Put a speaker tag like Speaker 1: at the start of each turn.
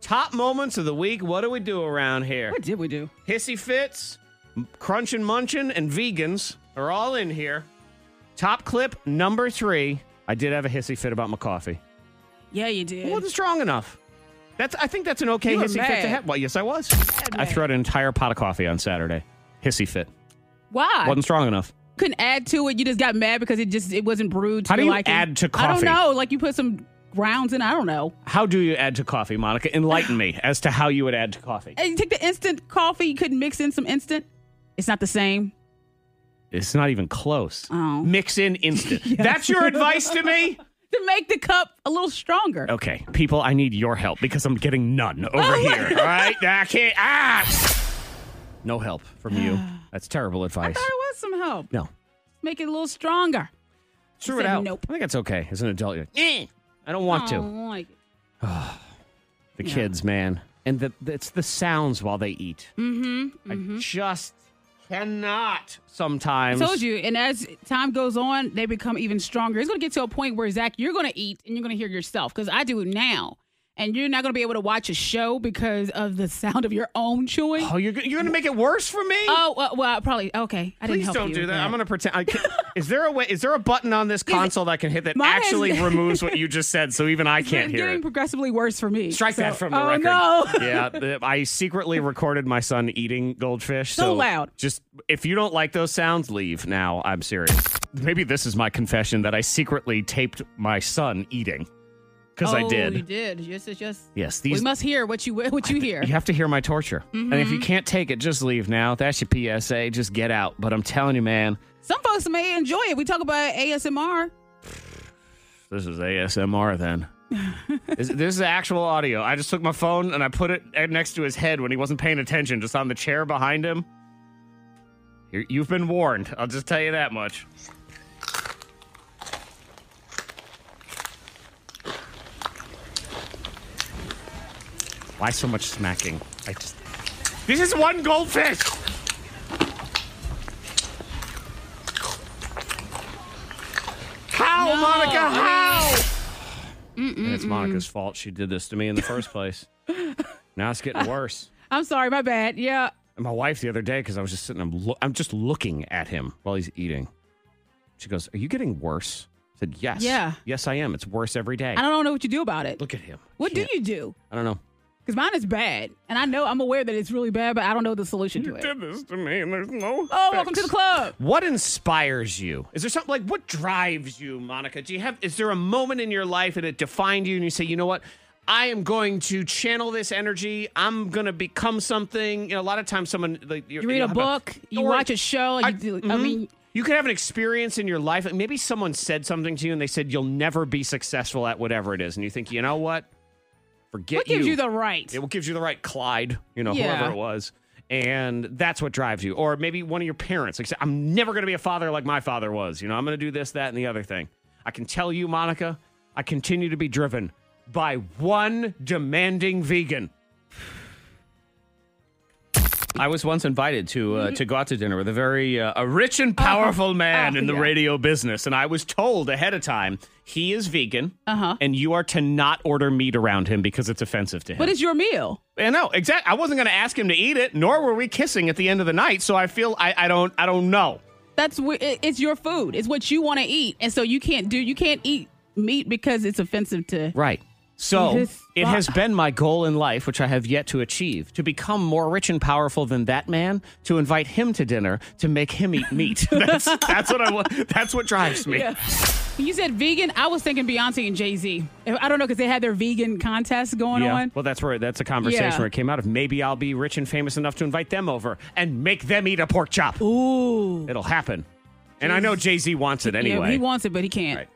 Speaker 1: Top moments of the week. What do we do around here?
Speaker 2: What did we do?
Speaker 1: Hissy Fits, Crunchin' Munchin', and Vegans are all in here. Top clip number three. I did have a hissy fit about my coffee.
Speaker 2: Yeah, you
Speaker 1: It
Speaker 2: did.
Speaker 1: wasn't strong enough. That's. I think that's an okay
Speaker 2: You were
Speaker 1: hissy fit to
Speaker 2: mad.
Speaker 1: have. Well, yes, I was. I
Speaker 2: mad.
Speaker 1: threw out an entire pot of coffee on Saturday. Hissy fit.
Speaker 2: Why?
Speaker 1: Wasn't strong enough.
Speaker 2: Couldn't add to it. You just got mad because it just it wasn't brewed. To
Speaker 1: How do
Speaker 2: your
Speaker 1: you
Speaker 2: liking.
Speaker 1: add to
Speaker 2: I
Speaker 1: coffee?
Speaker 2: don't know. Like you put some grounds in. I don't know.
Speaker 1: How do you add to coffee, Monica? Enlighten me as to how you would add to coffee.
Speaker 2: And you take the instant coffee. You couldn't mix in some instant. It's not the same.
Speaker 1: It's not even close.
Speaker 2: Oh.
Speaker 1: Mix in instant. That's your advice to me?
Speaker 2: To make the cup a little stronger.
Speaker 1: Okay, people, I need your help because I'm getting none
Speaker 2: Oh
Speaker 1: over here. All right, I can't. Ah, no help from you. That's terrible
Speaker 2: I
Speaker 1: advice.
Speaker 2: thought it was some help.
Speaker 1: No,
Speaker 2: Make it a little stronger.
Speaker 1: threw it
Speaker 2: said
Speaker 1: out.
Speaker 2: nope.
Speaker 1: I
Speaker 2: Oh,
Speaker 1: think that's okay as an adult. You're like, eh, I don't want
Speaker 2: I
Speaker 1: to.
Speaker 2: don't like it.
Speaker 1: The kids, man, and the, the- it's the sounds while they eat. Mm-hmm. I just cannot sometimes.
Speaker 2: told you. And as time goes on, they become even stronger. It's going to get to a point where, Zach, you're going to eat and you're going to hear yourself because I do it now. And you're not going to be able to watch a show because of the sound of your own chewing.
Speaker 1: Oh, you're go- you're gonna make it worse for me.
Speaker 2: Oh, uh, well, probably. Okay. I didn't
Speaker 1: Please
Speaker 2: help
Speaker 1: don't
Speaker 2: you
Speaker 1: do
Speaker 2: with
Speaker 1: that. I'm gonna pretend. I can, is there a way? Is there a button on this console that I can hit that
Speaker 2: Mine has-
Speaker 1: actually removes what you just said, so even I can't
Speaker 2: it's
Speaker 1: hear
Speaker 2: getting
Speaker 1: it?
Speaker 2: progressively worse for me.
Speaker 1: Strike that
Speaker 2: So-
Speaker 1: from the
Speaker 2: oh,
Speaker 1: record.
Speaker 2: no.
Speaker 1: yeah, th- I secretly recorded my son eating goldfish.
Speaker 2: So loud.
Speaker 1: Just if you don't like those sounds, leave now. I'm serious. Maybe this is my confession that I secretly taped my son eating because I
Speaker 2: Oh,
Speaker 1: did.
Speaker 2: You did. Yes, yes, yes.
Speaker 1: Yes, these-
Speaker 2: We must hear what you what you hear.
Speaker 1: You have to hear my torture, and
Speaker 2: Mm-hmm.
Speaker 1: if you can't take it, just leave now. That's your PSA. Just get out. But I'm telling you, man,
Speaker 2: Some folks may enjoy it. We talk about ASMR.
Speaker 1: This is ASMR then. this, this is actual audio. I just took my phone and I put it next to his head when he wasn't paying attention, just on the chair behind him. You're, you've been warned. I'll just tell you that much. Why so much smacking? I just. This is one goldfish! How, Monica? How? And it's Monica's fault she did this to me in the first place. now it's getting worse.
Speaker 2: I'm sorry, my bad. Yeah.
Speaker 1: And my wife the other day, because I was just sitting, I'm, lo- I'm just looking at him while he's eating. She goes, "Are you getting worse?" I said, "Yes,
Speaker 2: Yeah.
Speaker 1: yes, I am. It's worse every day."
Speaker 2: I don't know what you do about it.
Speaker 1: Look at him.
Speaker 2: What do
Speaker 1: Can't-
Speaker 2: you do?
Speaker 1: I don't know.
Speaker 2: Because mine is bad. And I know I'm aware that it's really bad, but I don't know the solution to it.
Speaker 1: this to me, and there's no.
Speaker 2: Oh, welcome to the club.
Speaker 1: What inspires you? Is there something like what drives you, Monica? Do you have is there a moment in your life that it defined you and you say, you know what? I am going to channel this energy. I'm going to become something. You know, a lot of times someone like
Speaker 2: You read a book, you watch a show, you
Speaker 1: I,
Speaker 2: do, I
Speaker 1: mhm.
Speaker 2: mean,
Speaker 1: you could have an experience in your life. Like maybe someone said something to you and they said you'll never be successful at whatever it is, and you think, you know what? Forget
Speaker 2: what gives you the right?
Speaker 1: it gives you the right Clyde, you know,
Speaker 2: Yeah.
Speaker 1: whoever it was. And that's what drives you. Or maybe one of your parents. Like, say, I'm never going to be a father like my father was. You know, I'm going to do this, that, and the other thing. I can tell you, Monica, I continue to be driven by one demanding vegan. I was once invited to
Speaker 2: Mm-hmm.
Speaker 1: uh, to go out to dinner with a very uh, a rich and powerful man
Speaker 2: Oh,
Speaker 1: in the
Speaker 2: yeah.
Speaker 1: radio business, and I was told ahead of time he is vegan,
Speaker 2: Uh-huh.
Speaker 1: and you are to not order meat around him because it's offensive to him.
Speaker 2: But it's your meal.
Speaker 1: Yeah, no, exactly. I wasn't going to ask him to eat it, nor were we kissing at the end of the night. So I feel I, I don't I don't know.
Speaker 2: That's wh- it- it's your food. It's what you want to eat, and so you can't do you can't eat meat because it's offensive to.
Speaker 1: Right. So
Speaker 2: This-
Speaker 1: it has been my goal in life, which I have yet to achieve, to become more rich and powerful than that man, to invite him to dinner, to make him eat meat. that's that's what I wa- that's what drives me.
Speaker 2: When you said vegan, I was thinking Beyonce and Jay Z. I don't know because they had their vegan contest going on.
Speaker 1: Well, that's where that's a conversation
Speaker 2: Yeah.
Speaker 1: where it came out of. Maybe I'll be rich and famous enough to invite them over and make them eat a pork chop.
Speaker 2: Ooh,
Speaker 1: It'll happen. And I know Jay Z wants it anyway.
Speaker 2: yeah, he wants it, but he can't.
Speaker 1: Right.